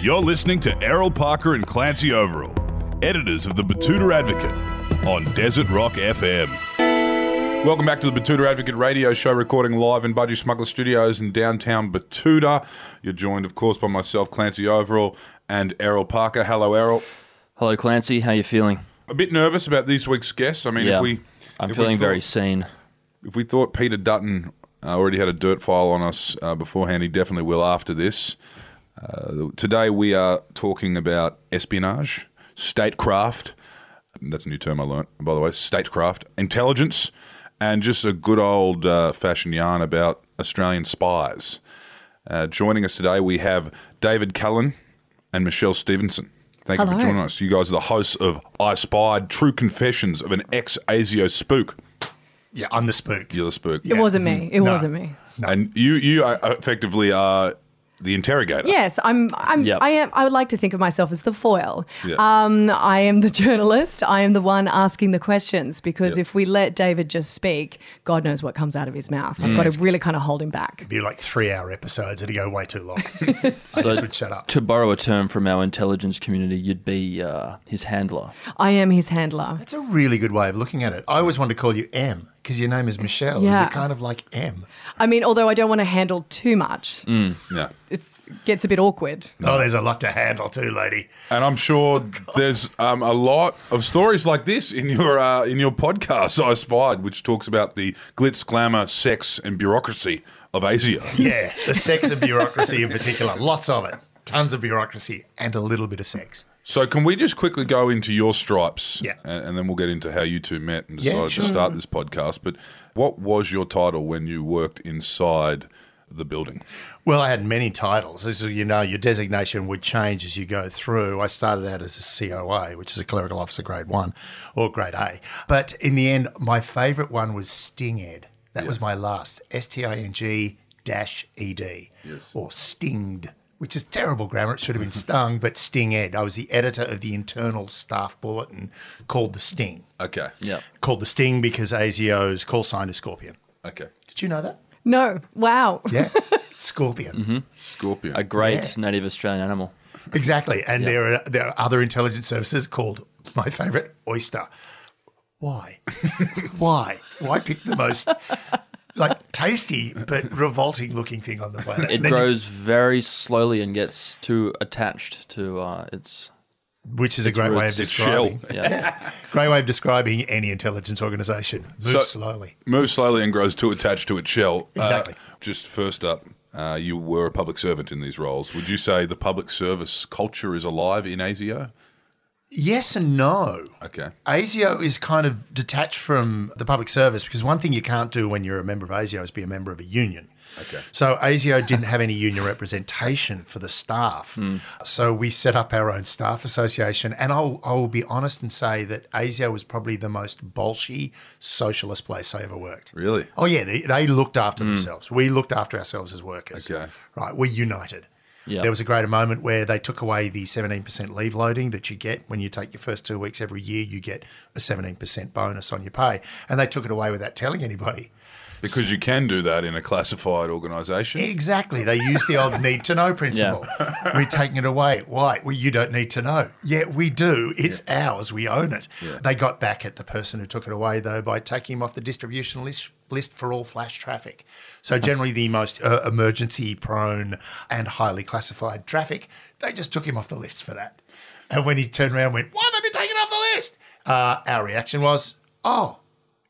You're listening to Errol Parker and Clancy Overall, editors of the Batuta Advocate on Desert Rock FM. Welcome back to the Batuta Advocate radio show, recording live in Budgie Smuggler Studios in downtown Batuta. You're joined, of course, by myself, Clancy Overall, and Errol Parker. Hello, Errol. Hello, Clancy. How you feeling? A bit nervous about this week's guest. I mean, if we. I'm if we feeling very thought- seen. If we thought Peter Dutton uh, already had a dirt file on us uh, beforehand, he definitely will after this. Uh, today we are talking about espionage, statecraft. That's a new term I learnt, by the way. Statecraft, intelligence, and just a good old uh, fashioned yarn about Australian spies. Uh, joining us today, we have David Cullen and Michelle Stevenson. Thank you Hello. for joining us. You guys are the hosts of I Spied True Confessions of an Ex ASIO Spook. Yeah, I'm the spook. You're the spook. Yeah. It wasn't me. It No. wasn't me. And you you are effectively are the interrogator. Yes, I'm. I'm. Yep. I am. I would like to think of myself as the foil. Yeah. Um, I am the journalist. I am the one asking the questions because Yep. if we let David just speak, God knows what comes out of his mouth. I've got to really kind of hold him back. Be like three hour episodes. It'd go way too long. I So- just would shut up. To borrow a term from our intelligence community, you'd be uh, his handler. I am his handler. That's a really good way of looking at it. I always wanted to call you M because your name is Michelle. and Yeah. You're kind of like M. I mean, although I don't want to handle too much, Yeah. it's gets a bit awkward. Oh, there's a lot to handle too, lady. And I'm sure there's um, a lot of stories like this in your uh, in your podcast I spied which talks about the glitz, glamour, sex and bureaucracy of Asia. Yeah, the sex of bureaucracy in particular. Lots of it. Tons of bureaucracy and a little bit of sex. So can we just quickly go into your stripes Yeah. and, and then we'll get into how you two met and Yeah, decided sure. to start this podcast, but what was your title when you worked inside the building? Well, I had many titles. As you know, your designation would change as you go through. I started out as a COA, which is a clerical officer grade one or grade A. But in the end, my favorite one was Sting Ed. That was my last S T I N G dash E D or Stinged, which is terrible grammar. It should have been Stung, but Sting Ed. I was the editor of the internal staff bulletin called The Sting. Okay. Yeah. Called The Sting because ASIO's call sign is Scorpion. Okay. Did you know that? No, wow. Yeah. Scorpion. Scorpion. A great native Australian animal. Exactly. And there are there are other intelligence services called my favorite oyster. Why? Why? Why pick the most like tasty but revolting looking thing on the planet? It Then you- grows very slowly and gets too attached to uh, its. which is a great way of roots, its shell. describing Yeah. great way of describing any intelligence organization. Move So- slowly. moves slowly and grows too attached to its shell. Uh, Exactly. just first up, uh, you were a public servant in these roles. Would you say the public service culture is alive in ASIO? Yes and no. Okay. ASIO is kind of detached from the public service because one thing you can't do when you're a member of ASIO is be a member of a union. Okay. So ASIO didn't have any union representation for the staff. Hmm. So we set up our own staff association. And I'll, I will be honest and say that ASIO was probably the most bolshy socialist place I ever worked. Really? Oh, yeah. They, they looked after themselves. We looked after ourselves as workers. Okay. Right. We united. Yeah. There was a greater moment where they took away the 17% leave loading that you get when you take your first two weeks every year, you get a 17% bonus on your pay. And they took it away without telling anybody. Because you can do that in a classified organisation. Exactly. They use the old need to know principle. We're taking it away. Why? Well, you don't need to know. Yeah, we do. It's ours. We own it. They got back at the person who took it away, though, by taking him off the distribution list, list for all flash traffic. So, generally, the most uh, emergency prone and highly classified traffic, they just took him off the list for that. And when he turned around and went, Why have I been taken off the list? Uh, our reaction was, Oh,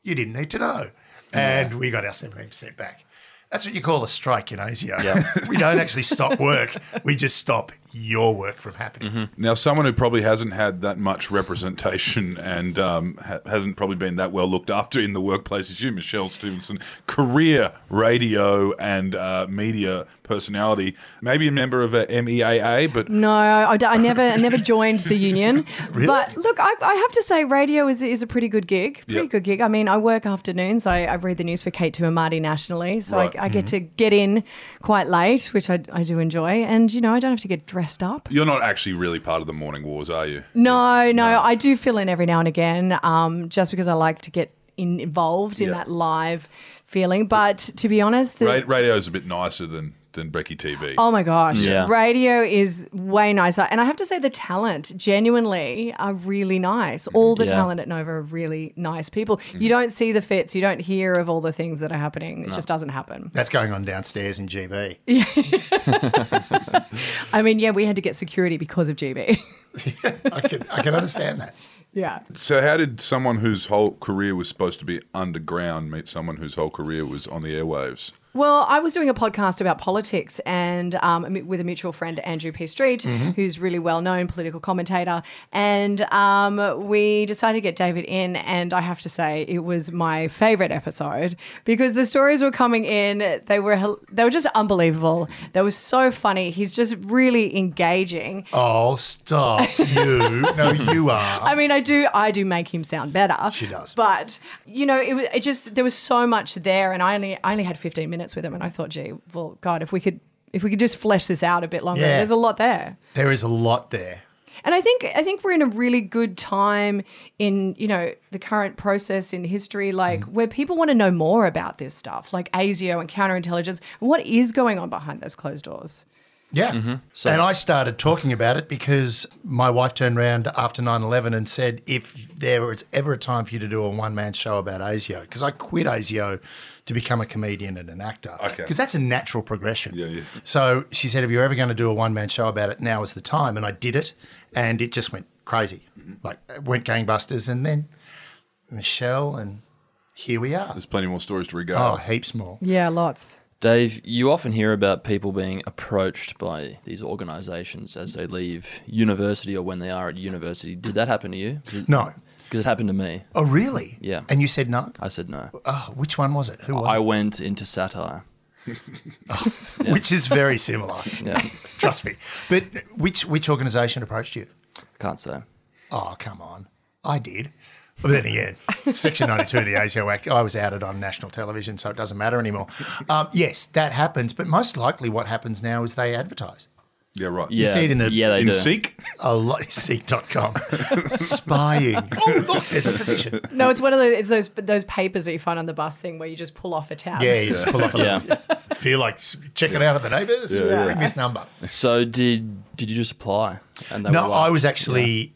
you didn't need to know. And we got our 17% back. That's what you call a strike in ASIO. we don't actually stop work. We just stop your work from happening. Now, someone who probably hasn't had that much representation and um, ha- hasn't probably been that well looked after in the workplace is you, Michelle Stevenson, career radio and uh, media personality. Maybe a member of a MEAA, but Mm. No, I, I never I never joined the union. But look, I, I have to say, radio is, is a pretty good gig. Pretty Yep. good gig. I mean, I work afternoons. I, I read the news for Kate Tuamati nationally. So Right. Mm-hmm. I, I get to get in quite late, which I, I do enjoy. And, you know, I don't have to get dressed up. you're not actually really part of the morning wars, are you? No, no, I do fill in every now and again um, just because I like to get in, involved in Yeah. that live feeling. But to be honest, it- Ra- radio's a bit nicer than than Brecky TV. Oh my gosh. Yeah. Radio is way nicer. And I have to say, the talent genuinely are really nice. All the Yeah. talent at Nova are really nice people. You don't see the fits, you don't hear of all the things that are happening. It just doesn't happen. That's going on downstairs in GB. I mean, yeah, we had to get security because of GB. I can I can understand that. yeah. So how did someone whose whole career was supposed to be underground meet someone whose whole career was on the airwaves? Well, I was doing a podcast about politics and um, a mu- with a mutual friend, Andrew P. Street, who's really well known political commentator. And um, we decided to get David in. And I have to say, it was my favorite episode because the stories were coming in. They were hel- they were just unbelievable. They were so funny. He's just really engaging. Oh, stop you! No, you are. I mean, I do, I do make him sound better. She does. but you know, it was it just there was so much there, and I only I only had 15 minutes with him, and I thought, gee, well, God, if we could if we could just flesh this out a bit longer, Yeah. there's a lot there. There is a lot there. And I think I think we're in a really good time in you know the current process in history, like Mm. where people want to know more about this stuff, like ASIO and counterintelligence, and what is going on behind those closed doors. Yeah. and I started talking about it because my wife turned around after 9 11 and said, if there was ever a time for you to do a one man show about ASIO, because I quit ASIO to become a comedian and an actor. Okay. Because that's a natural progression. Yeah, yeah. So she said, if you're ever going to do a one man show about it, now is the time. And I did it. And it just went crazy. Like, it went gangbusters. And then Michelle, and here we are. There's plenty more stories to regard. Oh, heaps more. Yeah, lots. Dave, you often hear about people being approached by these organisations as they leave university or when they are at university. Did that happen to you? No. Because it happened to me. Oh, really? Yeah. And you said no? I said no. Oh, which one was it? Who was I it? went into satire. Which is very similar. Yeah, Trust me. But which which organisation approached you? can't say. Oh, come on. I did. But then again, Section 92 of the ASIO Act, I was outed on national television, so it doesn't matter anymore. Um, yes, that happens. But most likely what happens now is they advertise. Yeah, right. Yeah, see it in the- yeah, they In do. Seek, A lot Seek.com. Spying. Oh, look, there's a position. No, it's one of those it's those those papers that you find on the bus thing where you just pull off a tab. Yeah, you just pull off a Yeah. Feel like s- checking out at the neighbours. Ring this number. So did did you just apply? And they No, were like- I was actually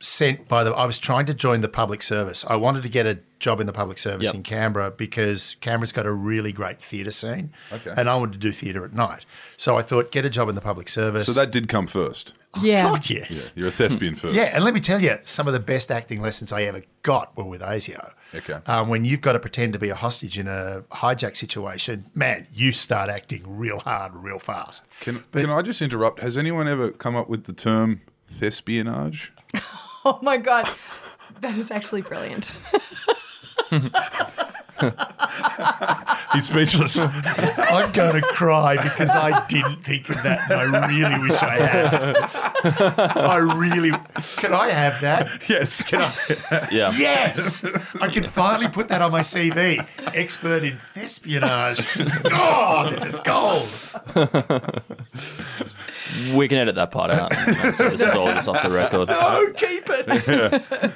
sent by the. I was trying to join the public service. I wanted to get a job in the public service Yep. in Canberra because Canberra's got a really great theatre scene, Okay. and I wanted to do theatre at night. So I thought, get a job in the public service. so that did come first. Yeah. Oh, God, yes. Hmm. You're a thespian first. Yeah, and let me tell you, some of the best acting lessons I ever got were with ASIO. Okay. Um, when you've got to pretend to be a hostage in a hijack situation, man, you start acting real hard, real fast. Can Can I just interrupt? Has anyone ever come up with the term thespianage? Oh my god. That is actually brilliant. He's speechless. I'm going to cry because I didn't think of that. And I really wish I had. I really. Can I have that? yes. Can I? yeah. Yes! I can finally put that on my CV. Expert in espionage. Oh, this is gold. We can edit that part out. so this is all just off the record. Oh, keep it.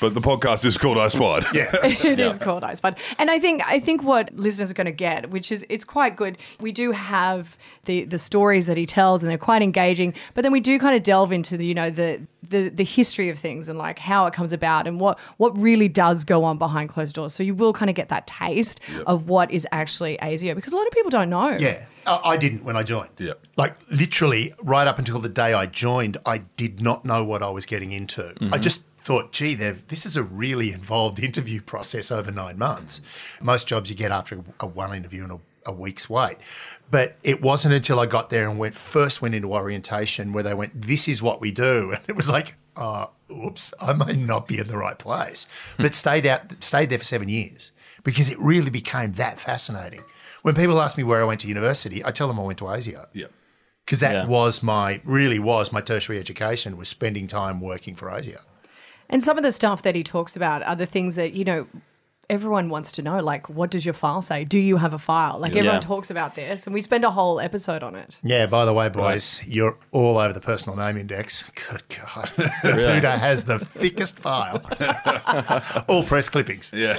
But the podcast is called I Spied. Yeah. It is called Ice Pod. And I think I think what listeners are going to get, which is it's quite good. We do have the the stories that he tells and they're quite engaging, but then we do kind of delve into the you know the the, the history of things and like how it comes about and what what really does go on behind closed doors. So you will kind of get that taste of what is actually ASIO because a lot of people don't know. Yeah. I I didn't when I joined. Yeah. Like literally, right up until the day I joined, I did not know what I was getting into. I just thought, gee, they've- this is a really involved interview process over nine months. Most jobs you get after a one interview and a, a week's wait. But it wasn't until I got there and went first went into orientation where they went, this is what we do, and it was like, uh, oops, I may not be in the right place. But stayed out, stayed there for seven years because it really became that fascinating. When people ask me where I went to university, I tell them I went to ASIO Yeah. because that Yeah. was my really was my tertiary education was spending time working for ASIO. And some of the stuff that he talks about are the things that, you know, everyone wants to know like what does your file say do you have a file like everyone Yeah. talks about this and we spend a whole episode on it Yeah, by the way, boys, you're all over the personal name index. Good God. Batuta has the thickest file. all press clippings. Yeah.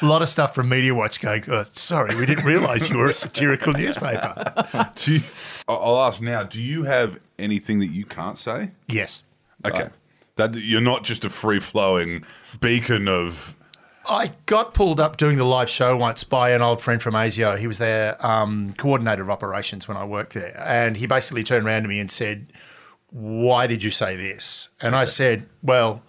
a lot of stuff from Media Watch going, "Uh, sorry, we didn't realise you were a satirical newspaper. Do you- I- I'll ask now. Do you have anything that you can't say? Yes. Okay, That you're not just a free flowing beacon of I got pulled up doing the live show once by an old friend from ASIO. He was their um, coordinator of operations when I worked there. And he basically turned around to me and said, Why did you say this? And I said, Well,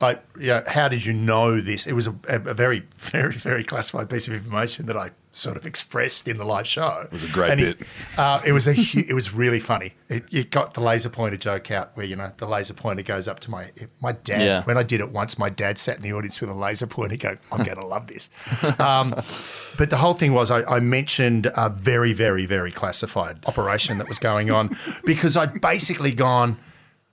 I, you know, how did you know this? It was a, a a very, very, very classified piece of information that I sort of expressed in the live show. It was a great bit. uh, it was a hu- it was really funny. It, it got the laser pointer joke out where you know the laser pointer goes up to my my dad. Yeah. When I did it once, my dad sat in the audience with a laser pointer going, "I'm going to love this." Um, but the whole thing was I, I mentioned a very very very classified operation that was going on because I'd basically gone,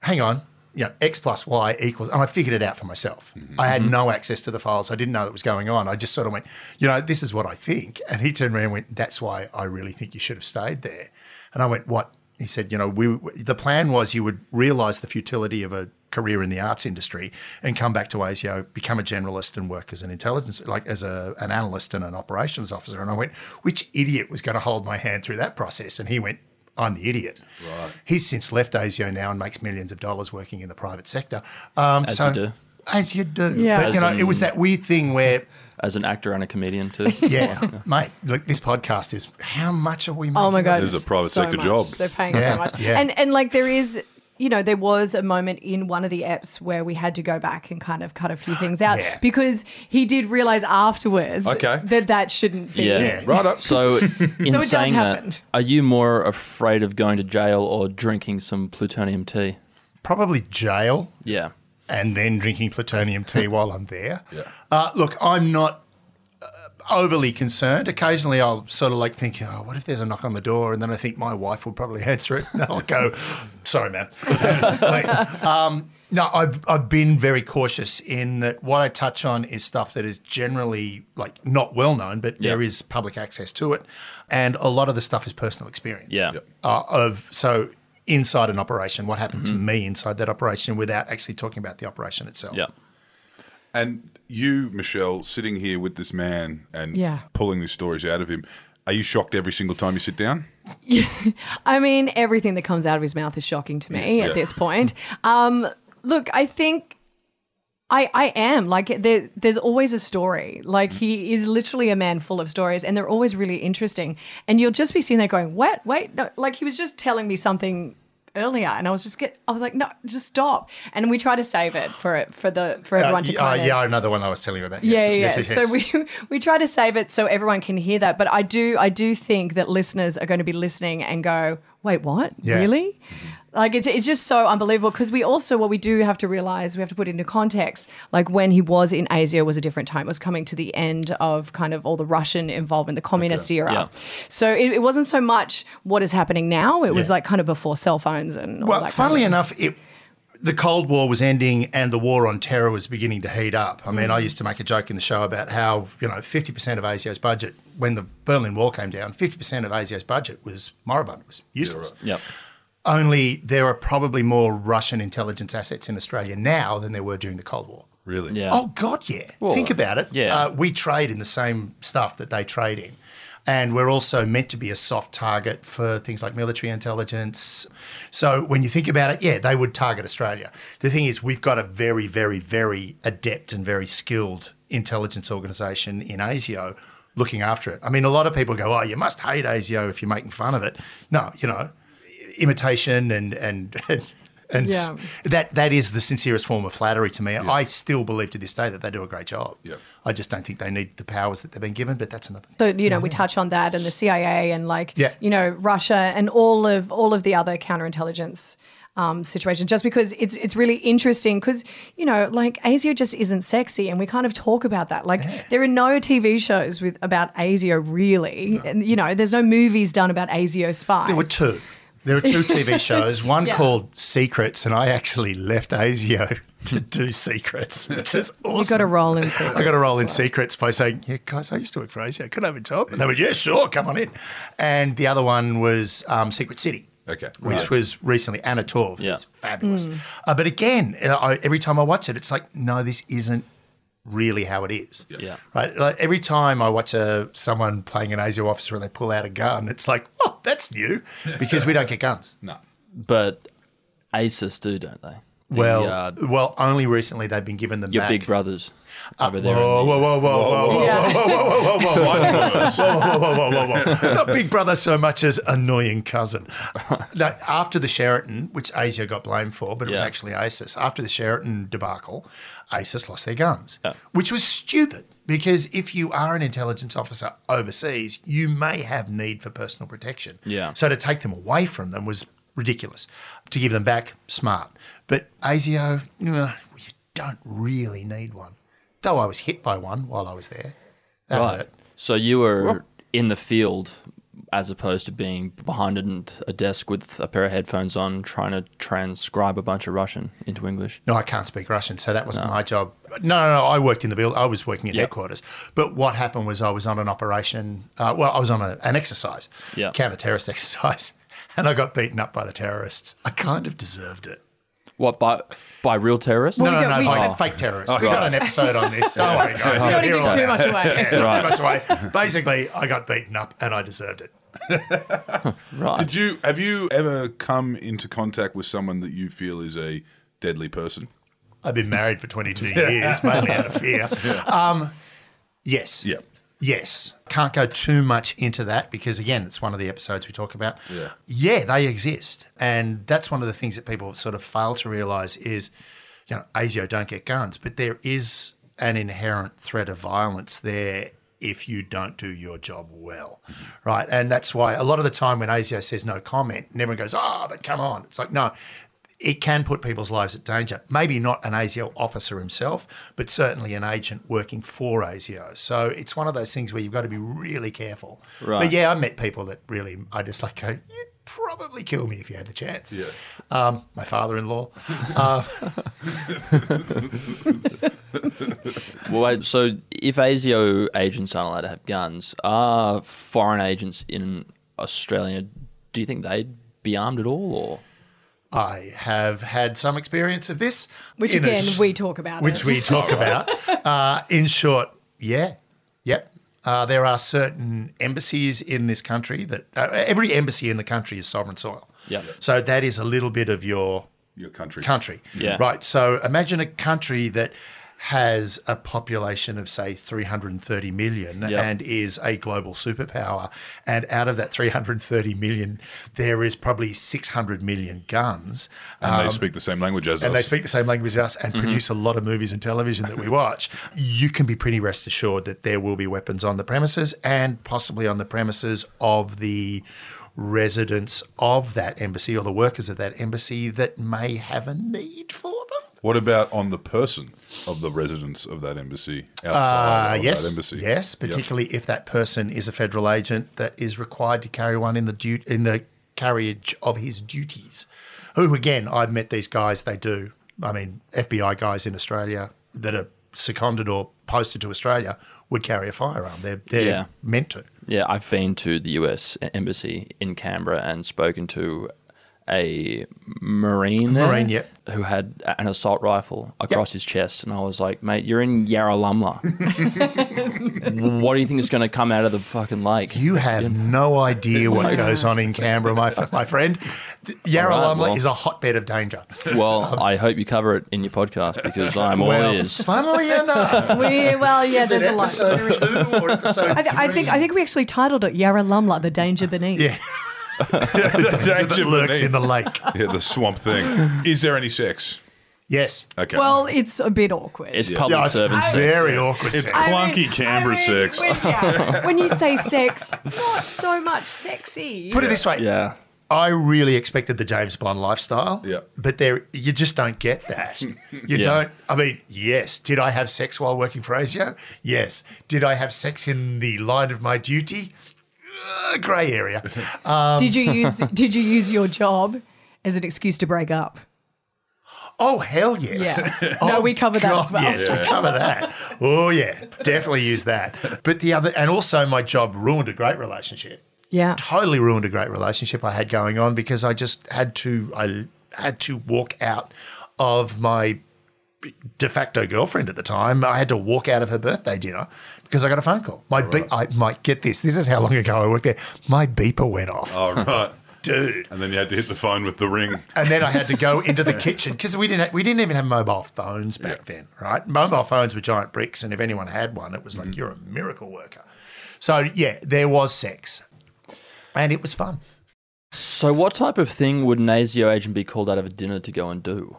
"Hang on." You know, X plus Y equals, and I figured it out for myself. I had no access to the files. I didn't know that was going on. I just sort of went, you know, this is what I think. And he turned around and went, that's why I really think you should have stayed there. And I went, "What?" He said, "You know, we the plan was you would realise the futility of a career in the arts industry and come back to ASIO, become a generalist and work as an intelligence, like as a, an analyst and an operations officer." And I went, "Which idiot was going to hold my hand through that process?" And he went. I'm the idiot. Right. He's since left ASIO now and makes millions of dollars working in the private sector. Um, As so, you do. As you do. Yeah. But, you know, As it was that weird thing where, as an actor and a comedian too. yeah, mate, look, this podcast is how much are we making? Oh my of god, It is a it's private so sector much. job. They're paying Yeah, so much, yeah. and and like there is, you know, there was a moment in one of the apps where we had to go back and kind of cut a few things out Yeah. because he did realize afterwards Okay. that that shouldn't be. Yeah. Yeah. right up. So, in does saying happen. that, are you more afraid of going to jail or drinking some plutonium tea? Probably jail. Yeah. and then drinking plutonium tea while I'm there. Uh, look, I'm not uh, overly concerned. Occasionally, I'll sort of like think, oh, what if there's a knock on the door? And then I think my wife will probably answer it. And I'll go, sorry, ma'am. Like, um, no, I've, I've been very cautious in that what I touch on is stuff that is generally like not well known, but there is public access to it. And a lot of the stuff is personal experience Yeah. uh, of so inside an operation, what happened to me inside that operation without actually talking about the operation itself. Yeah. And you, Michelle, sitting here with this man and Yeah. pulling these stories out of him, are you shocked every single time you sit down? I mean, everything that comes out of his mouth is shocking to me Yeah. at this point. Um, look, I think I I am like there, there's always a story. Like he is literally a man full of stories, and they're always really interesting. And you'll just be sitting there going, "What? Wait, no!" Like he was just telling me something earlier, and I was just get, I was like, "No, just stop." And we try to save it for it for the for Uh, everyone to y- kind uh, of yeah, another one I was telling you about. yeah, Yes, yeah. yes, yeah. yes, yes. So we we try to save it so everyone can hear that, but I do I do think that listeners are going to be listening and go, "Wait, what? Yeah. Mm-hmm. Really?" Like it's it's just so unbelievable because we also what we do have to realize we have to put into context like when he was in Asia was a different time it was coming to the end of kind of all the Russian involvement the communist era Yeah. so it, it wasn't so much what is happening now it was like kind of before cell phones and all well, that funnily kind of enough, it, the Cold War was ending and the war on terror was beginning to heat up. I mean, I Mm. used to make a joke in the show about how, you know, 50% of ASIO's budget, when the Berlin Wall came down, 50% of ASIO's budget was moribund, was useless. Yep. Only there are probably more Russian intelligence assets in Australia now than there were during the Cold War. Really? Yeah. Oh God, yeah. Think about it. yeah. Uh, we trade in the same stuff that they trade in, and we're also meant to be a soft target for things like military intelligence. So when you think about it, yeah, they would target Australia. The thing is, we've got a very, very, very adept and very skilled intelligence organisation in ASIO looking after it. I mean, a lot of people go, "Oh, you must hate ASIO if you're making fun of it." No, you know, imitation and and. and and s- Yeah. that that is the sincerest form of flattery to me. I still believe to this day that they do a great job. Yeah. I just don't think they need the powers that they've been given, but that's another thing. So you know, we touch on that and the CIA and like Mm-hmm. Yeah. you know Russia and all of all of the other counterintelligence um, situations. Just because it's it's really interesting because you know like ASIO just isn't sexy, and we kind of talk about that. Like there are no TV shows with about ASIO really, and you know there's no movies done about ASIO spies. There were two. There were two TV shows, one Yeah. called Secrets, and I actually left ASIO to do Secrets, which is awesome. You've got to roll in. I got a role in Secrets by saying, "Yeah, guys, I used to work for ASIO. Could I have a job?" And they went, "Yeah, sure, come on in." And the other one was um, Secret City, Okay. which Right. was recently Anna Torv. Yeah. It's fabulous. Uh, but again, you know, I, every time I watch it, it's like, no, this isn't really how it is. Yeah. Right. Like every time I watch a someone playing an ASIO officer and they pull out a gun, it's like, oh, that's new, because we don't get guns. No. But ACES do, don't they? The, Well, uh, well, only recently they've been given them your back. big brothers Uh, over there. in Whoa, the- whoa, whoa, whoa, whoa, whoa, Yeah. whoa, whoa, whoa, whoa, whoa, whoa, whoa, whoa, whoa, whoa, whoa. Not Big Brother so much as annoying cousin. No, after the Sheraton, which Asia got blamed for, but it was Yeah. actually ASIS. After the Sheraton debacle, ASIS lost their guns, Yeah. which was stupid because if you are an intelligence officer overseas, you may have need for personal protection. Yeah. So to take them away from them was ridiculous. To give them back, smart. But ASIO, nah, you don't really need one. Though I was hit by one while I was there. That Right. hurt. So you were in the field as opposed to being behind an- a desk with a pair of headphones on trying to transcribe a bunch of Russian into English. No, I can't speak Russian, so that wasn't my job. No, no, no. I worked in the build. I was working at Yeah. headquarters. But what happened was I was on an operation. Uh, well, I was on a, an exercise, Yeah. counter-terrorist exercise, and I got beaten up by the terrorists. I kind of deserved it. What by by real terrorists? No, We no, don't- no, we like don't- fake terrorists. Oh, we got an episode on this. Don't worry, guys. You don't Here give I too am. much away. Yeah, not too much away. Basically, I got beaten up and I deserved it. Right. Did you have you ever come into contact with someone that you feel is a deadly person? I've been married for 22 years, mainly out of fear. Um, yes. Yeah. Yes. Can't go too much into that because, again, it's one of the episodes we talk about. Yeah. Yeah, they exist. And that's one of the things that people sort of fail to realize is, you know, ASIO don't get guns, but there is an inherent threat of violence there if you don't do your job well, right? And that's why a lot of the time when ASIO says no comment and everyone goes, oh, but come on. It's like, no, it can put people's lives at danger. Maybe not an ASIO officer himself, but certainly an agent working for ASIO. So it's one of those things where you've got to be really careful. Right. But yeah, I met people that really, I just like go, you'd probably kill me if you had the chance. Yeah. Um, my father-in-law. Uh, Well, wait, so if ASIO agents aren't allowed to have guns, are foreign agents in Australia? Do you think they'd be armed at all, or I have had some experience of this. Which In a again, sh- we talk about. which it. we talk about. Uh, in short, yeah, yep. Uh, there are certain embassies in this country that uh, every embassy in the country is sovereign soil. Yeah. So that is a little bit of your Your country. country. Yeah. Right. So imagine a country that has a population of say 330 million Yeah. and is a global superpower and out of that 330 million there is probably 600 million guns and they speak the same language as and us. they speak the same language as us and produce a lot of movies and television that we watch, you can be pretty rest assured that there will be weapons on the premises and possibly on the premises of the residents of that embassy or the workers of that embassy that may have a need for them. What about on the person of the residents of that embassy outside Uh, of yes, that embassy? yes, Yep. particularly if that person is a federal agent that is required to carry one in the du- in the carriage of his duties. Who again, I've met these guys. They do. I mean, FBI guys in Australia that are seconded or posted to Australia would carry a firearm. They're they're Yeah. meant to. yeah, I've been to the U.S. embassy in Canberra and spoken to a marine, there Marine, yep. who had a- an assault rifle across his chest, and I was like, "Mate, you're in Yarralumla. what do you think is going to come out of the fucking lake?" You have no idea what goes on in Canberra, my f- my friend. Th- Yarralumla well. is a hotbed of danger. Well, I hope you cover it in your podcast because I'm all ears. funnily enough, We, well, yeah, is it there's a lot. episode two or episode I, th- I think I think we actually titled it Yarralumla, the danger beneath. Yeah. the danger that lurks in the lake. yeah, the swamp thing. Is there any sex? Yes. Okay. Well, it's a bit awkward. It's public Yeah, it's servants. very awkward. It's sex. clunky Canberra sex. When, yeah, when you say sex, not so much sexy. Put it this way. yeah. I really expected the James Bond lifestyle. Yeah. But there you just don't get that. You Yeah. don't I mean, yes. Did I have sex while working for ASIO? Yes. Did I have sex in the line of my duty? uh, grey area. did you use Did you use your job as an excuse to break up? Oh hell yes! Yes. oh, No, we covered that as well. Yes, we cover that. Oh yeah, definitely use that. But the other, and also my job ruined a great relationship. Yeah. Totally ruined a great relationship I had going on because I just had to. I had to walk out of my de facto girlfriend at the time. I had to walk out of her birthday dinner because I got a phone call. My beep, I might get this. This is how long ago I worked there. My beeper went off, All right. dude. And then you had to hit the phone with the ring. And then I had to go into the kitchen because we didn't ha- we didn't even have mobile phones back then, right? Mobile phones were giant bricks, and if anyone had one, it was Mm-hmm. like you're a miracle worker. So yeah, there was sex, and it was fun. So, what type of thing would an ASIO agent be called out of a dinner to go and do?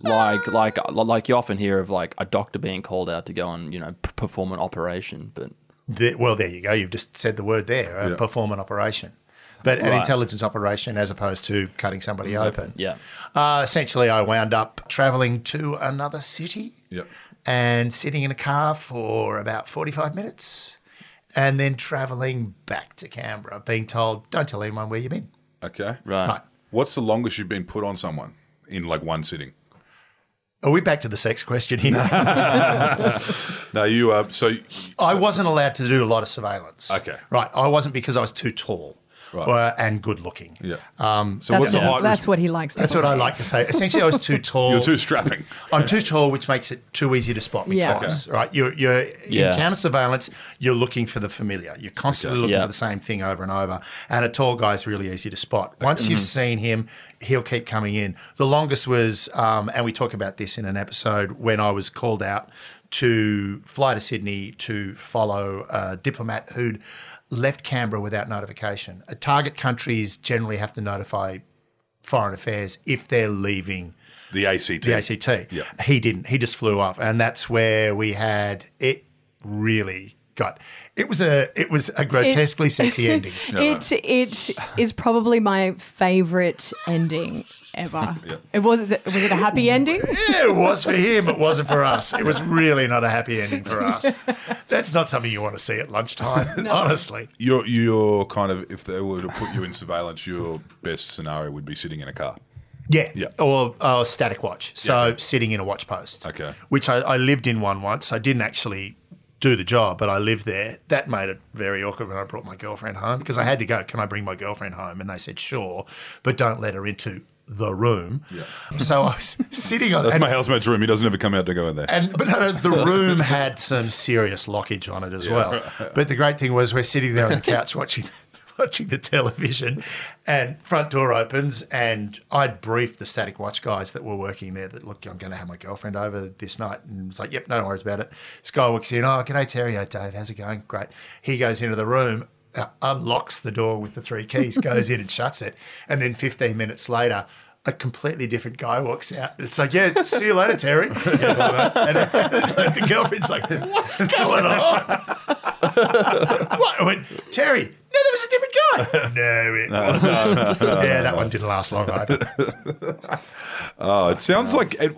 Like, like, like you often hear of like a doctor being called out to go and you know p- perform an operation, but The- well, there you go. You've just said the word there. Uh, Perform an operation, but an Right. Mm-hmm. intelligence operation as opposed to cutting somebody open. yeah, Uh, essentially, I wound up traveling to another city Yep. and sitting in a car for about 45 minutes and then traveling back to Canberra, being told, don't tell anyone where you've been. Okay. right. Right. What's the longest you've been put on someone in like one sitting? Are we back to the sex question here? No, you uh, so I wasn't allowed to do a lot of surveillance. Okay. Right. I wasn't because I was too tall Right. uh, and good looking. yeah. Um, so what's the height? That's what he likes to. That's do. what I like to say. Essentially, I was too tall. You're too strapping. I'm too tall, which makes it too easy to spot me Yeah. twice, right? You're, you're Yeah. in counter surveillance, you're looking for the familiar. You're constantly looking Yeah. for the same thing over and over. And a tall guy's really easy to spot. Once you've mm-hmm. seen him, he'll keep coming in. The longest was, um, and we talk about this in an episode, when I was called out to fly to Sydney to follow a diplomat who'd left Canberra without notification. Uh, Target countries generally have to notify foreign affairs if they're leaving The ACT. the ACT. Yeah. He didn't. He just flew off, and that's where we had it. Really got. It was a. It was a grotesquely sexy ending. It it is probably my favorite ending ever. It was was it a happy ending? Yeah, it was for him. It wasn't for us. It was really not a happy ending for us. That's not something you want to see at lunchtime, honestly. You're you're kind of if they were to put you in surveillance, your best scenario would be sitting in a car. Yeah. Yeah. Or uh, static watch. So sitting in a watch post. Okay. Which I, I lived in one once. I didn't actually do the job, but I lived there. That made it very awkward when I brought my girlfriend home because I had to go, can I bring my girlfriend home? And they said, sure, but don't let her into the room. Yeah. So I was sitting on That's and- my housemate's room. He doesn't ever come out to go in there. and but no, no, the room had some serious lockage on it as well. But the great thing was we're sitting there on the couch watching watching the television, and front door opens, and I'd briefed the static watch guys that were working there that look, I'm going to have my girlfriend over this night, and it's like, yep, no worries about it. This guy walks in, oh, g'day Terry, oh, Dave, how's it going? Great. He goes into the room. Uh, unlocks the door with the three keys, goes in and shuts it. And then 15 minutes later, a completely different guy walks out. It's like, yeah, see you later, Terry. and, then the girlfriend's like, what's going on? what? I went, Terry, no, that was a different guy. no, it wasn't. yeah, that one didn't last long either. Oh, it sounds like it,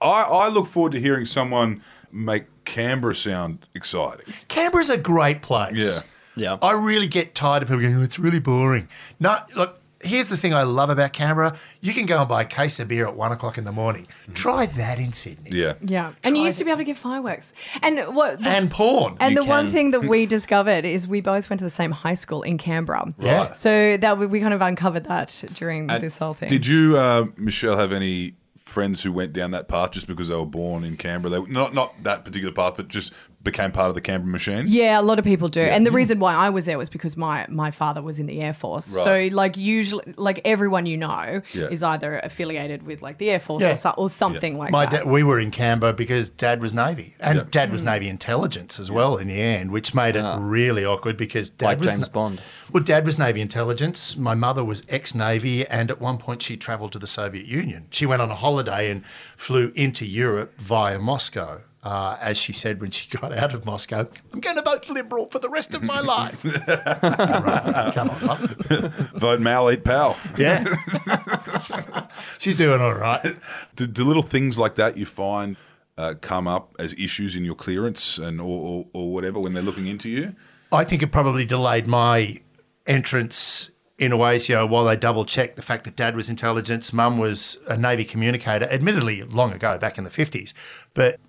I, I look forward to hearing someone make Canberra sound exciting. Canberra's a great place. Yeah. Yeah. I really get tired of people going, oh, it's really boring. No, look, here's the thing I love about Canberra. You can go and buy a case of beer at one o'clock in the morning. Try that in Sydney. Yeah. Yeah, and you used to be able to get fireworks. And what? The, And porn. and You the one can. thing that we discovered is we both went to the same high school in Canberra. Yeah. So that we, we kind of uncovered that during this whole thing. Did you, uh, Michelle, have any friends who went down that path just because they were born in Canberra? They were- not not that particular path, but just became part of the Canberra machine. Yeah, a lot of people do. And the reason why I was there was because my my father was in the Air Force. So Right. like usually like everyone you know Yeah. is either affiliated with like the Air Force Yeah. or, so, or something like My that. dad, we were in Canberra because dad was Navy, and Yeah. dad was Navy intelligence as well in the end, which made it really awkward because dad Ah. Like was James Bond. Well, dad was Navy intelligence. My mother was ex-Navy, and at one point she travelled to the Soviet Union. She went on a holiday and flew into Europe via Moscow. Uh, as she said when she got out of Moscow, I'm going to vote Liberal for the rest of my life. Right, Come on, love. Vote Mal, eat pal. Yeah. She's doing all right. Do, do little things like that you find uh, come up as issues in your clearance and or, or, or whatever when they're looking into you? I think it probably delayed my entrance in Oasio while they double checked the fact that dad was intelligence, mum was a Navy communicator, admittedly long ago, back in the 50s. But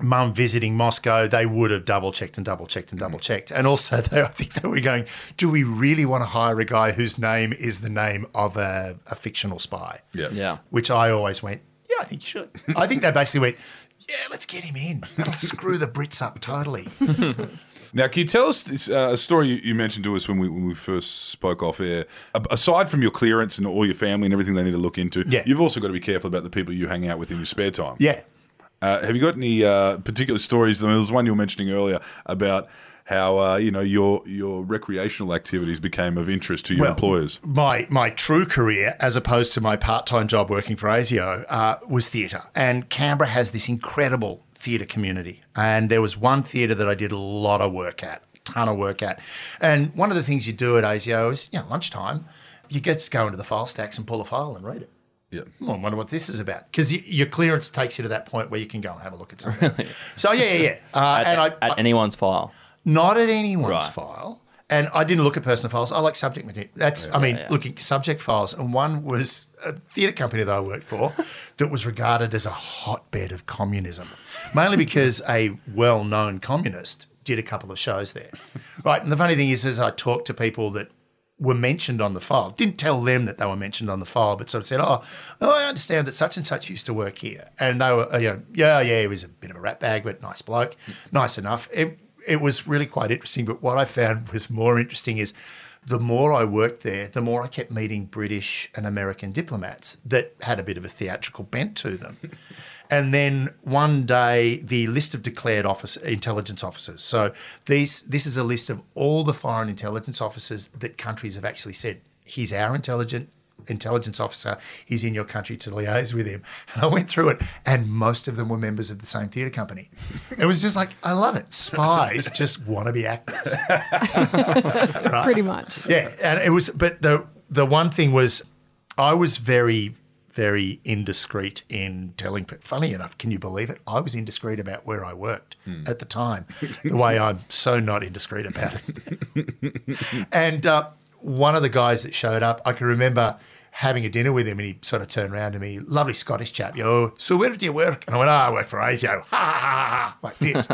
mum visiting Moscow, they would have double checked and double checked and double checked. And also, they, I think they were going, do we really want to hire a guy whose name is the name of a, a fictional spy? Yeah. Yeah. Which I always went, yeah, I think you should. I think they basically went, yeah, let's get him in. That'll screw the Brits up totally. Now, can you tell us this, uh, a story you, you mentioned to us when we, when we first spoke off air? A- aside from your clearance and all your family and everything they need to look into, Yeah. you've also got to be careful about the people you hang out with in your spare time. Yeah. Uh, have you got any uh, particular stories? I mean, there was one you were mentioning earlier about how uh, you know your your recreational activities became of interest to your Well, employers. My my true career, as opposed to my part time job working for ASIO, uh, was theatre. And Canberra has this incredible theatre community. And there was one theatre that I did a lot of work at, ton of work at. And one of the things you do at ASIO is, you know, lunchtime, you get to go into the file stacks and pull a file and read it. Yeah. Oh, I wonder what this is about because your clearance takes you to that point where you can go and have a look at something. So yeah, yeah, yeah. Uh, At, and I, at anyone's file. not at anyone's Right. file. And I didn't look at personal files. I like subject material. That's, I mean, looking subject files. And one was a theatre company that I worked for that was regarded as a hotbed of communism, mainly because a well known communist did a couple of shows there. Right. And the funny thing is, as I talked to people that were mentioned on the file, didn't tell them that they were mentioned on the file, but sort of said, oh, oh I understand that such and such used to work here. And they were, uh, you know, yeah, yeah, he was a bit of a rat bag, but nice bloke, nice enough. It, it was really quite interesting. But what I found was more interesting is the more I worked there, the more I kept meeting British and American diplomats that had a bit of a theatrical bent to them. And then one day, the list of declared office, intelligence officers. So these, this is a list of all the foreign intelligence officers that countries have actually said, he's our intelligent intelligence officer. He's in your country to liaise with him. And I went through it, and most of them were members of the same theatre company. It was just like, I love it. Spies just want to be actors. Pretty much. Yeah, and it was. But the the one thing was, I was very, very indiscreet in telling. pe- Funny enough, can you believe it? I was indiscreet about where I worked at the time. the way I'm so not indiscreet about it. and uh, one of the guys that showed up, I can remember. Having a dinner with him, and he sort of turned around to me, lovely Scottish chap. Yo, so where do you work? And I went, oh, I work for ASIO, ha ha ha, ha," like this.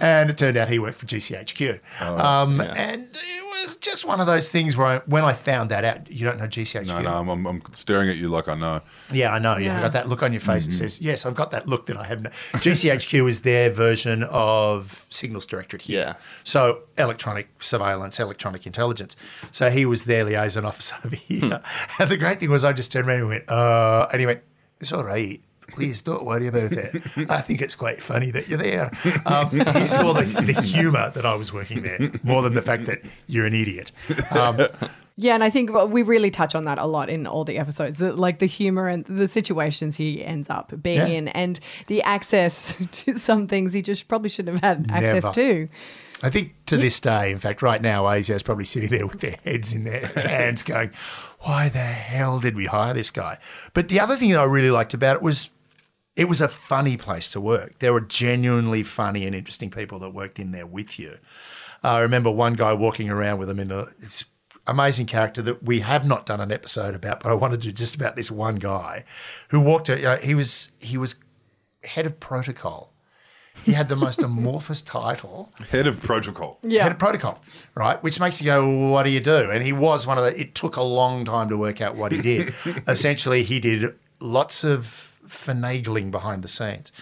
and it turned out he worked for GCHQ. Oh, um, And it was just one of those things where I, when I found that out, you don't know GCHQ. No, no, I'm, um, I'm, I'm staring at you like I know. Yeah, I know. Yeah, I Yeah. got that look on your face that says, yes, I've got that look that I have. No. GCHQ is their version of Signals Directorate here. Yeah. So electronic surveillance, electronic intelligence. So he was their liaison officer over here. And the great thing was, I just turned around and went, uh, and he went, it's all right. Please don't worry about it. I think it's quite funny that you're there. Um, he saw the, the humour that I was working there more than the fact that you're an idiot. Um, Yeah, and I think well, we really touch on that a lot in all the episodes, the, like the humor and the situations he ends up being Yeah. in, and the access to some things he just probably shouldn't have had access Never. to. I think to this day, in fact, right now, ASIO's probably sitting there with their heads in their hands going, why the hell did we hire this guy? But the other thing that I really liked about it was it was a funny place to work. There were genuinely funny and interesting people that worked in there with you. Uh, I remember one guy walking around with him in a it's amazing character that we have not done an episode about, but I wanted to just about this one guy who walked. Uh, he was he was head of protocol. He had the most amorphous title Head of protocol. had a protocol, right? Which makes you go, well, what do you do? And he was one of the, it took a long time to work out what he did. Essentially, he did lots of finagling behind the scenes.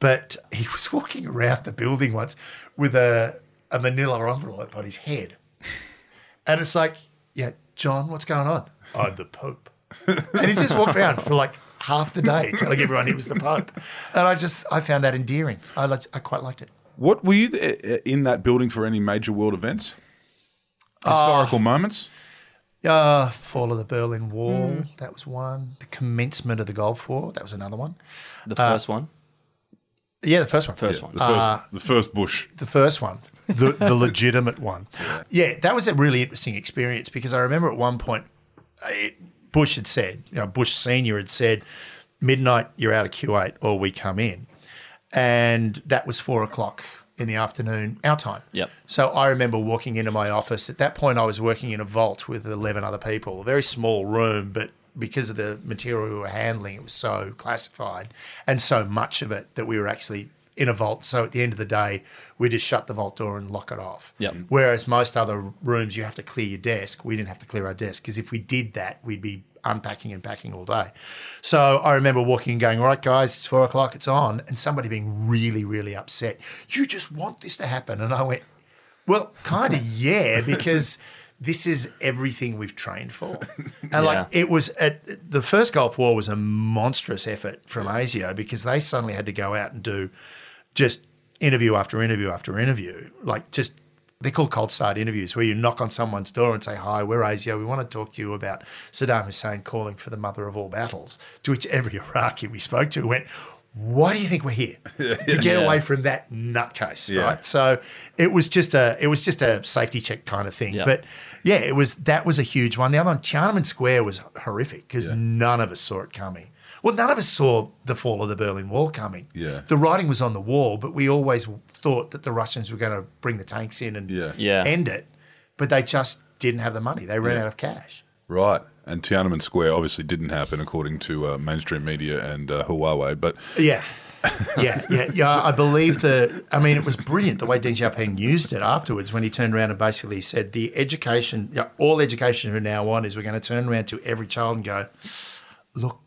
But he was walking around the building once with a, a manila envelope on his head. And it's like, yeah, John, what's going on? I'm the Pope. And he just walked around for like half the day telling everyone he was the Pope. And I just, I found that endearing. I, liked, I quite liked it. What were you uh, in that building for any major world events? Historical moments? Uh, fall of the Berlin Wall, that was one. The commencement of the Gulf War, that was another one. The Uh, first one. Yeah, the first one. First one. The first, uh, the first bush. The first one. The, the legitimate one. Yeah. that was a really interesting experience because I remember at one point it, Bush had said, you know, Bush Sr. had said, midnight, you're out of Q8 or we come in. And that was four o'clock in the afternoon, our time. Yep. So I remember walking into my office. At that point, I was working in a vault with 11 other people, a very small room, but because of the material we were handling, it was so classified and so much of it that we were actually in a vault. So at the end of the day, we just shut the vault door and lock it off. Yep. Whereas most other rooms, you have to clear your desk. We didn't have to clear our desk because if we did that, we'd be unpacking and packing all day. So I remember walking and going, All right, guys, it's four o'clock, it's on. And somebody being really, really upset. You just want this to happen. And I went, Well, kind of, yeah, because. This is everything we've trained for. And like Yeah. it was at the first Gulf War was a monstrous effort from ASIO because they suddenly had to go out and do just interview after interview after interview. Like just they're called cold start interviews where you knock on someone's door and say, Hi, we're ASIO. We want to talk to you about Saddam Hussein calling for the mother of all battles. To which every Iraqi we spoke to went, Why do you think we're here? to get away from that nutcase. Yeah. Right. So it was just a it was just a safety check kind of thing. Yeah. But yeah, it was that was a huge one. The other one, Tiananmen Square, was horrific because none of us saw it coming. Well, none of us saw the fall of the Berlin Wall coming. Yeah. the writing was on the wall, but we always thought that the Russians were going to bring the tanks in and Yeah. Yeah. end it, but they just didn't have the money. They ran out of cash. Right. And Tiananmen Square obviously didn't happen according to uh, mainstream media and uh, Huawei, but Yeah. yeah, yeah, yeah. I believe the. I mean, it was brilliant the way Deng Xiaoping used it afterwards when he turned around and basically said, "The education, yeah, all education from now on is we're going to turn around to every child and go, look,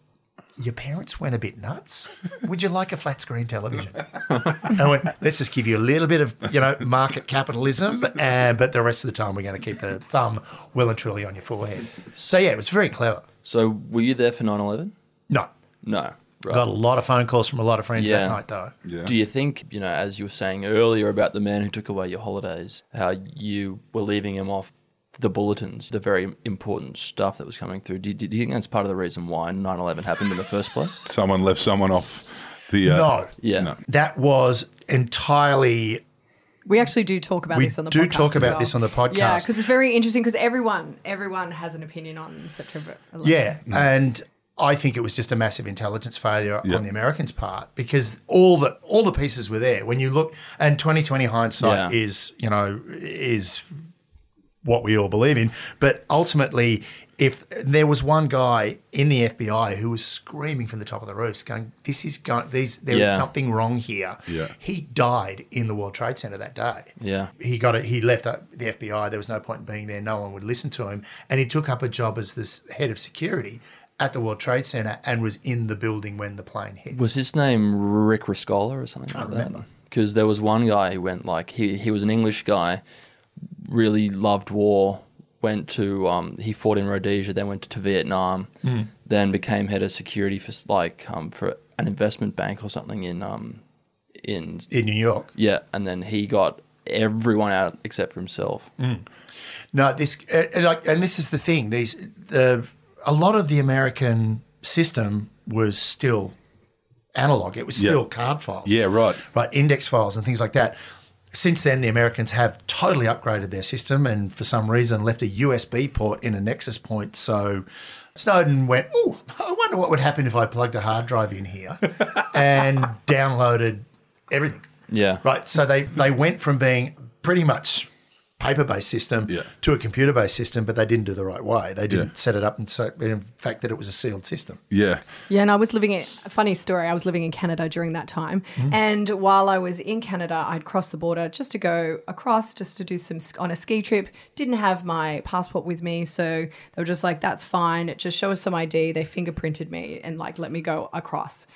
your parents went a bit nuts. Would you like a flat screen television?" I went, "Let's just give you a little bit of you know market capitalism, and, but the rest of the time we're going to keep the thumb well and truly on your forehead." So yeah, it was very clever. So were you there for 9-11? No, No. Right. got a lot of phone calls from a lot of friends Yeah. that night though. yeah. Do you think, you know, as you were saying earlier about the man who took away your holidays, how you were leaving him off the bulletins, the very important stuff that was coming through, do you, do you think that's part of the reason why 9 11 happened in the first place? someone left someone off the. Uh, No, Yeah. that was entirely We actually do talk about We this on the podcast. do as talk about well. this on the podcast. Yeah, because it's very interesting because everyone everyone has an opinion on September 11th. yeah Mm. and i think it was just a massive intelligence failure Yeah. on the americans part because all the all the pieces were there when you look and 2020 hindsight Yeah. is you know is what we all believe in but ultimately if there was one guy in the FBI who was screaming from the top of the roofs, going, "This is going. These there is Yeah. something wrong here." Yeah. He died in the World Trade Center that day Yeah. he got it. He left uh, the FBI. There was no point in being there. No one would listen to him, and he took up a job as this head of security at the World Trade Center and was in the building when the plane hit. Was his name Rick Riscola or something like that? Because there was one guy who went like he he was an English guy, really loved war. Went to um, he fought in Rhodesia, then went to Vietnam, then became head of security for s- like um, for an investment bank or something in um, in In New York. yeah, and then he got everyone out except for himself. No, this uh, uh, like, and this is the thing. These the a lot of the American system was still analog. It was Yeah. still card files. Yeah, right. right, index files and things like that. Since then, the Americans have totally upgraded their system and for some reason left a USB port in a Nexus point. So Snowden went, Oh, I wonder what would happen if I plugged a hard drive in here and downloaded everything. Yeah, Right. So they, they went from being pretty much paper based system Yeah. to a computer based system, but they didn't do the right way. They didn't Yeah. set it up and so in fact that it was a sealed system. Yeah. Yeah, and I was living in a funny story. I was living in Canada during that time, and while I was in Canada, I'd crossed the border just to go across, just to do some sk- on a ski trip. Didn't have my passport with me, so they were just like, "That's fine. Just show us some ID." They fingerprinted me and like let me go across.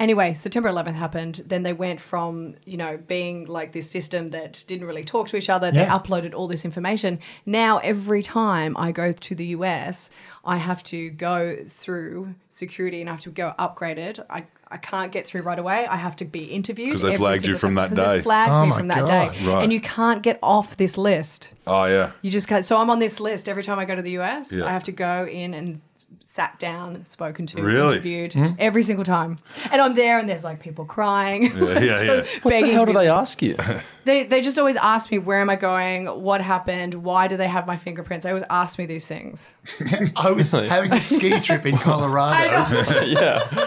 Anyway, September 11th happened. Then they went from you know being like this system that didn't really talk to each other. They Yeah. uploaded all this information. Now, every time I go to the US, I have to go through security and I have to go upgraded. I, I can't get through right away. I have to be interviewed. 'Cause they every flagged you single from time. that 'Cause they day. flagged Oh me my from that God. day. Right. And you can't get off this list. Oh, yeah. You just can't. So I'm on this list every time I go to the US. Yeah. I have to go in and sat down, spoken to, Really? interviewed Hmm? every single time. And I'm there and there's like people crying. Yeah, yeah. Begging What the hell do to be- they ask you? They, they just always ask me, where am I going? What happened? Why do they have my fingerprints? They always ask me these things. I was having a ski trip in Colorado,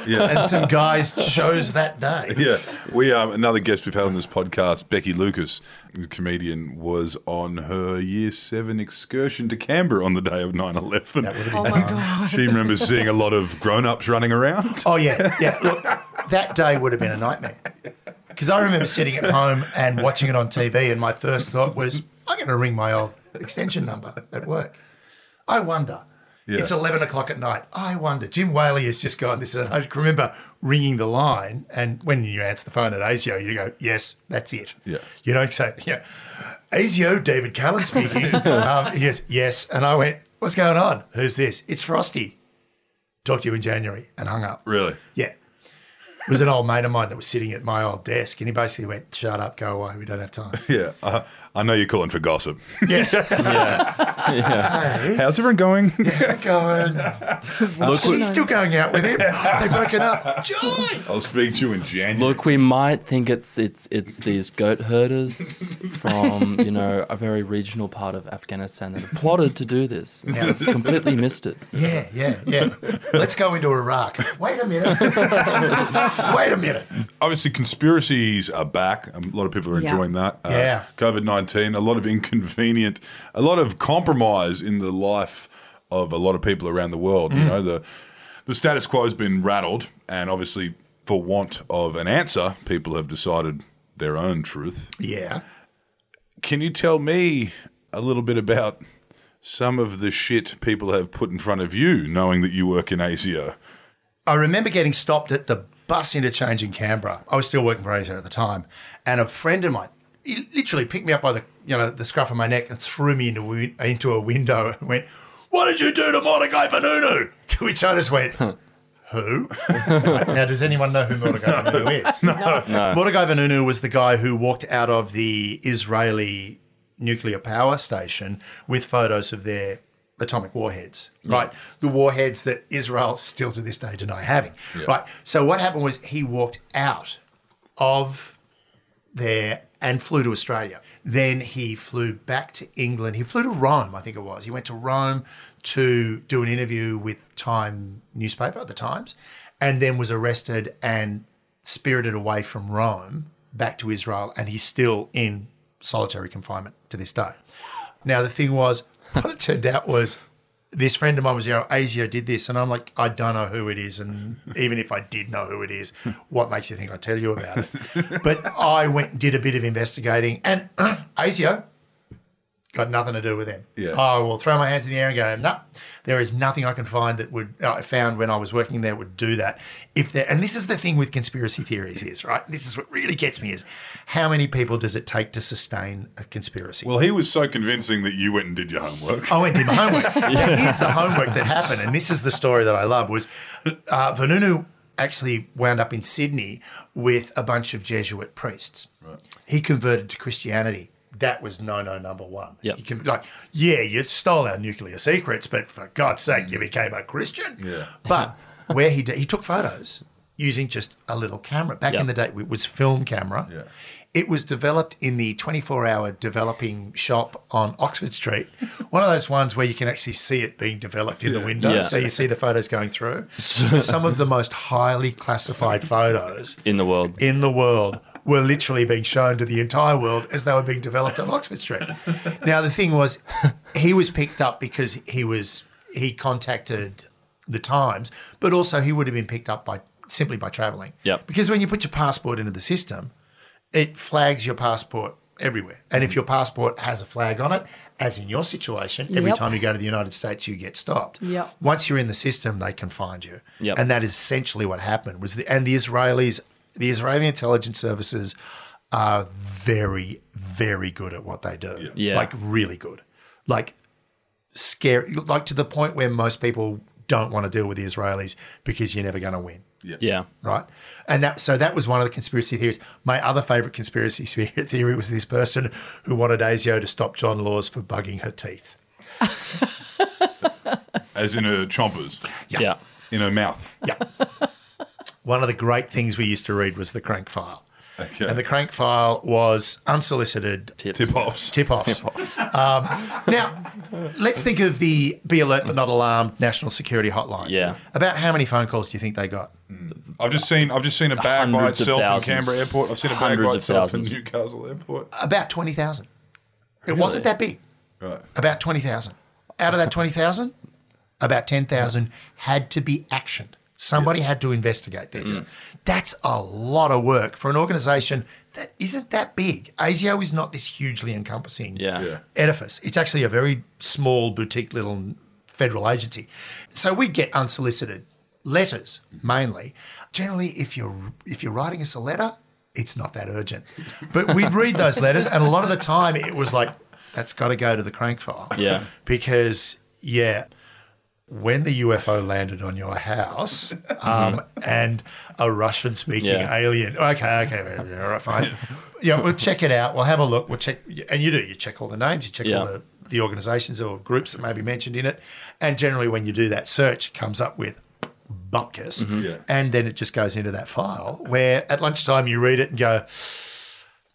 yeah. and some guys chose that day. yeah, we um, another guest we've had on this podcast, Becky Lucas, the comedian, was on her year seven excursion to Canberra on the day of 9-11. Oh my God. She remembers seeing a lot of grown-ups running around. Oh yeah, yeah. Look, that day would have been a nightmare because I remember sitting at home and watching it on TV, and my first thought was, I'm going to ring my old extension number at work. I wonder. Yeah. It's eleven o'clock at night. I wonder. Jim Whaley has just gone. This is. I remember ringing the line, and when you answer the phone at ASIO, you go, "Yes, that's it." Yeah. You don't say, "Yeah." ASIO, David Callan speaking. um, yes, yes. And I went, "What's going on? Who's this? It's Frosty." Talk to you in January, and hung up. Really? Yeah. It was an old mate of mine that was sitting at my old desk, and he basically went, "Shut up, go away. We don't have time." Yeah. Uh, I know you're calling for gossip. Yeah, How's everyone going? going. Look, She's still going out with him. They've broken up. Joy. I'll speak to you in January. Look, we might think it's it's it's these goat herders from you know a very regional part of Afghanistan that have plotted to do this. and Yeah. have completely missed it. Yeah, yeah, yeah. Let's go into Iraq. Wait a minute. Wait a minute. obviously conspiracies are back. A lot of people are Yeah. enjoying that. Uh, Yeah. COVID nineteen, a lot of inconvenient, a lot of compromise in the life of a lot of people around the world. You know the the status quo has been rattled, and obviously for want of an answer, people have decided their own truth. Yeah. Can you tell me a little bit about? Some of the shit people have put in front of you, knowing that you work in ASIO. I remember getting stopped at the bus interchange in Canberra. I was still working for ASIO at the time, and a friend of mine he literally picked me up by the you know the scruff of my neck and threw me into a win- into a window and went, "What did you do to Mordecai Vanunu?" To which I just went. Who? now, does anyone know who Mordecai Vanunu is? no. Mordecai Vanunu was the guy who walked out of the Israeli nuclear power station with photos of their atomic warheads, right? The warheads that Israel still to this day deny having, right? So what happened was he walked out of there and flew to Australia. Then he flew back to England. He flew to Rome, I think it was. He went to Rome to do an interview with Time newspaper, The Times, and then was arrested and spirited away from Rome back to Israel. And he's still in solitary confinement to this day. Now, the thing was, what it turned out was this friend of mine was, you know, ASIO did this. And I'm like, I don't know who it is. And even if I did know who it is, what makes you think I tell you about it? but I went and did a bit of investigating and ASIO got nothing to do with them. Yeah. I will throw my hands in the air and go, no, there is nothing I can find that would, uh, I found when I was working there would do that. If there, and this is the thing with conspiracy theories is, right? This is what really gets me is how many people does it take to sustain a conspiracy? Well, he was so convincing that you went and did your homework. Oh, I went and did my homework. Now, here's the homework that happened, and this is the story that I love. Was uh, Vanunu actually wound up in Sydney with a bunch of Jesuit priests? He converted to Christianity. That was no no number one. Yep. He can, like, yeah, you stole our nuclear secrets, but for God's sake, you became a Christian. Yeah. But where he did, he took photos using just a little camera. Back in Yep. the day, it was film camera. Yeah. It was developed in the 24 hour developing shop on Oxford Street. One of those ones where you can actually see it being developed in the window. Yeah. So you see the photos going through. So some of the most highly classified photos In the world, in the world were literally being shown to the entire world as they were being developed on Oxford Street. Now the thing was, he was picked up because he was he contacted the Times, but also he would have been picked up by simply by travelling. Yep. Because when you put your passport into the system, it flags your passport everywhere, and if your passport has a flag on it. As in your situation, every Yep. time you go to the United States, you get stopped. Yep. Once you're in the system, they can find you. Yep. And that is essentially what happened. Was the, and the Israelis, the Israeli intelligence services, are very, very good at what they do. Yeah. Like really good. Like scary. Like to the point where most people don't want to deal with the Israelis because you're never going to win yeah. right? And that so that was one of the conspiracy theories. My other favorite conspiracy theory was this person who wanted ASIO to stop John Laws for bugging her teeth. as in her chompers, yeah, in her mouth. One of the great things we used to read was the crank file. Okay. And the crank file was unsolicited Tips. Tip offs. tip offs. Um, now, let's think of the be alert but not alarmed national security hotline. Yeah. About how many phone calls do you think they got? I've just seen I've just seen a bag by Hundreds of itself in thousands. Canberra Airport. I've seen a bag Hundreds by of itself in thousands. Newcastle Airport. About 20,000. It wasn't that big. Right. About 20,000. Out of that 20,000, about 10,000 had to be actioned. Somebody had to investigate this. Mm. That's a lot of work for an organization that isn't that big. ASIO is not this hugely encompassing Yeah. Yeah. edifice. It's actually a very small boutique little federal agency. So we get unsolicited letters mainly. Generally, if you're if you're writing us a letter, it's not that urgent. But we'd read those letters, and a lot of the time it was like, that's got to go to the crank file. Yeah. Because yeah, when the UFO landed on your house, um, and a Russian-speaking Mm-hmm. Yeah. alien. Okay, okay, yeah, all right, fine. Yeah, we'll check it out. We'll have a look. We'll check, and you do. You check all the names. You check Yeah. all the, the organisations or groups that may be mentioned in it. And generally, when you do that search, it comes up with bupkis, Mm-hmm. Yeah. and then it just goes into that file. Where at lunchtime you read it and go,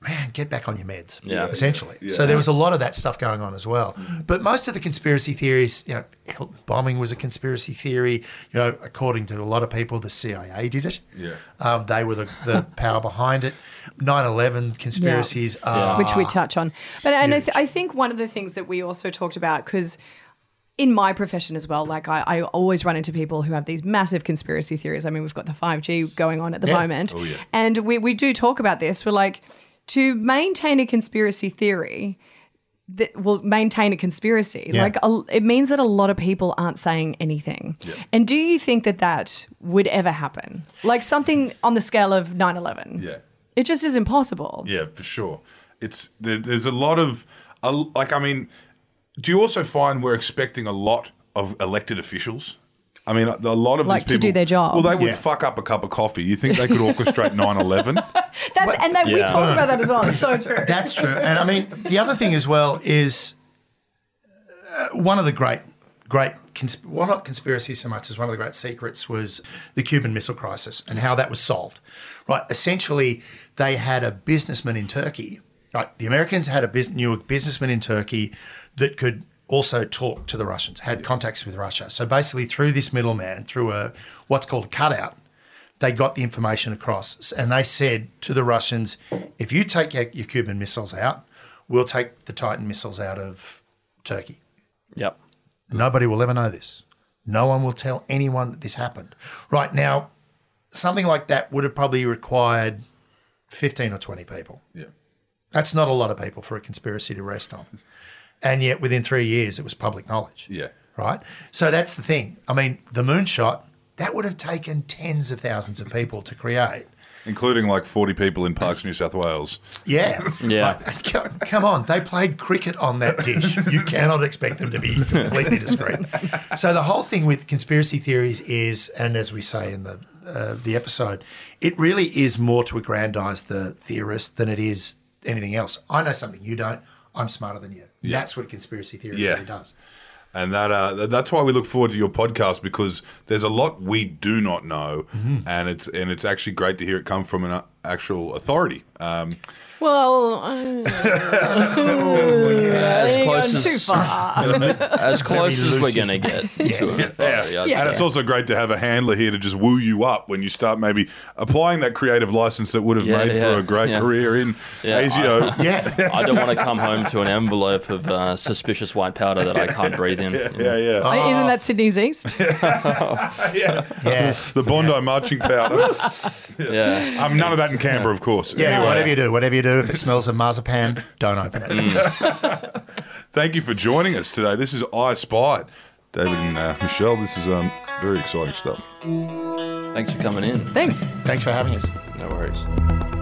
man, get back on your meds. Yeah. Mm-hmm. Essentially. So there was a lot of that stuff going on as well. But most of the conspiracy theories, you know, Hilton bombing was a conspiracy theory. You know, according to a lot of people, the CIA did it. Yeah. Um, they were the, the power behind it. 9 11 conspiracies are. which Ah. we touch on. But and I, th- I think one of the things that we also talked about because in my profession as well, like I, I always run into people who have these massive conspiracy theories. I mean, we've got the five G going on at the moment, yeah. and we we do talk about this. We're like to maintain a conspiracy theory. That will maintain a conspiracy. Yeah. Like a, it means that a lot of people aren't saying anything. And do you think that that would ever happen? Like something on the scale of 9/11. Yeah. It just is impossible. Yeah, for sure. It's there, there's a lot of a, like I mean, do you also find we're expecting a lot of elected officials? I mean, a lot of Like, these to do people, their job. Well, they would Yeah. fuck up a cup of coffee. You think they could orchestrate 9-11? That's and that we Yeah. talked about that as well. It's so true. That's true. And I mean, the other thing as well is uh, one of the great, great, consp- well, not conspiracy so much as one of the great secrets was the Cuban Missile Crisis and how that was solved. Right. Essentially, they had a businessman in Turkey. Right. The Americans had a bus- knew a businessman in Turkey that could also talk to the Russians, had contacts with Russia. So basically, through this middleman, through a what's called a cutout, they got the information across and they said to the Russians, if you take your, your Cuban missiles out, we'll take the Titan missiles out of Turkey. Yep. Nobody will ever know this. No one will tell anyone that this happened. Right now, something like that would have probably required 15 or 20 people. yeah. That's not a lot of people for a conspiracy to rest on. And yet, within three years, it was public knowledge. Yeah. Right? So that's the thing. I mean, the moonshot, that would have taken tens of thousands of people to create. Including like 40 people in Parks, New South Wales. Yeah. Yeah. Like, co- come on. They played cricket on that dish. You cannot expect them to be completely discreet. So the whole thing with conspiracy theories is, and as we say in the uh, the episode, it really is more to aggrandize the theorist than it is anything else. I know something you don't. I'm smarter than you. That's what a conspiracy theory Yeah. really does. And that uh, th- that's why we look forward to your podcast because there's a lot we do not know, and it's and it's actually great to hear it come from an uh, actual authority. Um, Well, uh, As hang close on as too far. as close as very we're loose gonna get to it. Yeah. And it's also great to have a handler here to just woo you up when you start maybe applying that creative license that would have Yeah, made yeah, for a great yeah. career in Yeah, ASIO. yeah, Yeah. I don't want to come home to an envelope of uh, suspicious white powder that I can't breathe in. yeah, yeah. Isn't that Sydney's East? Oh, Yeah. The Bondi marching powder. yeah. um, none of that in Canberra, of course. Yeah, Anyway, whatever you do, whatever you do, if it smells of marzipan, don't open it. Mm. thank you for joining us today. This is I Spied. David and uh, Michelle, this is um, very exciting stuff. Thanks for coming in. Thanks. Thanks for having us. No worries.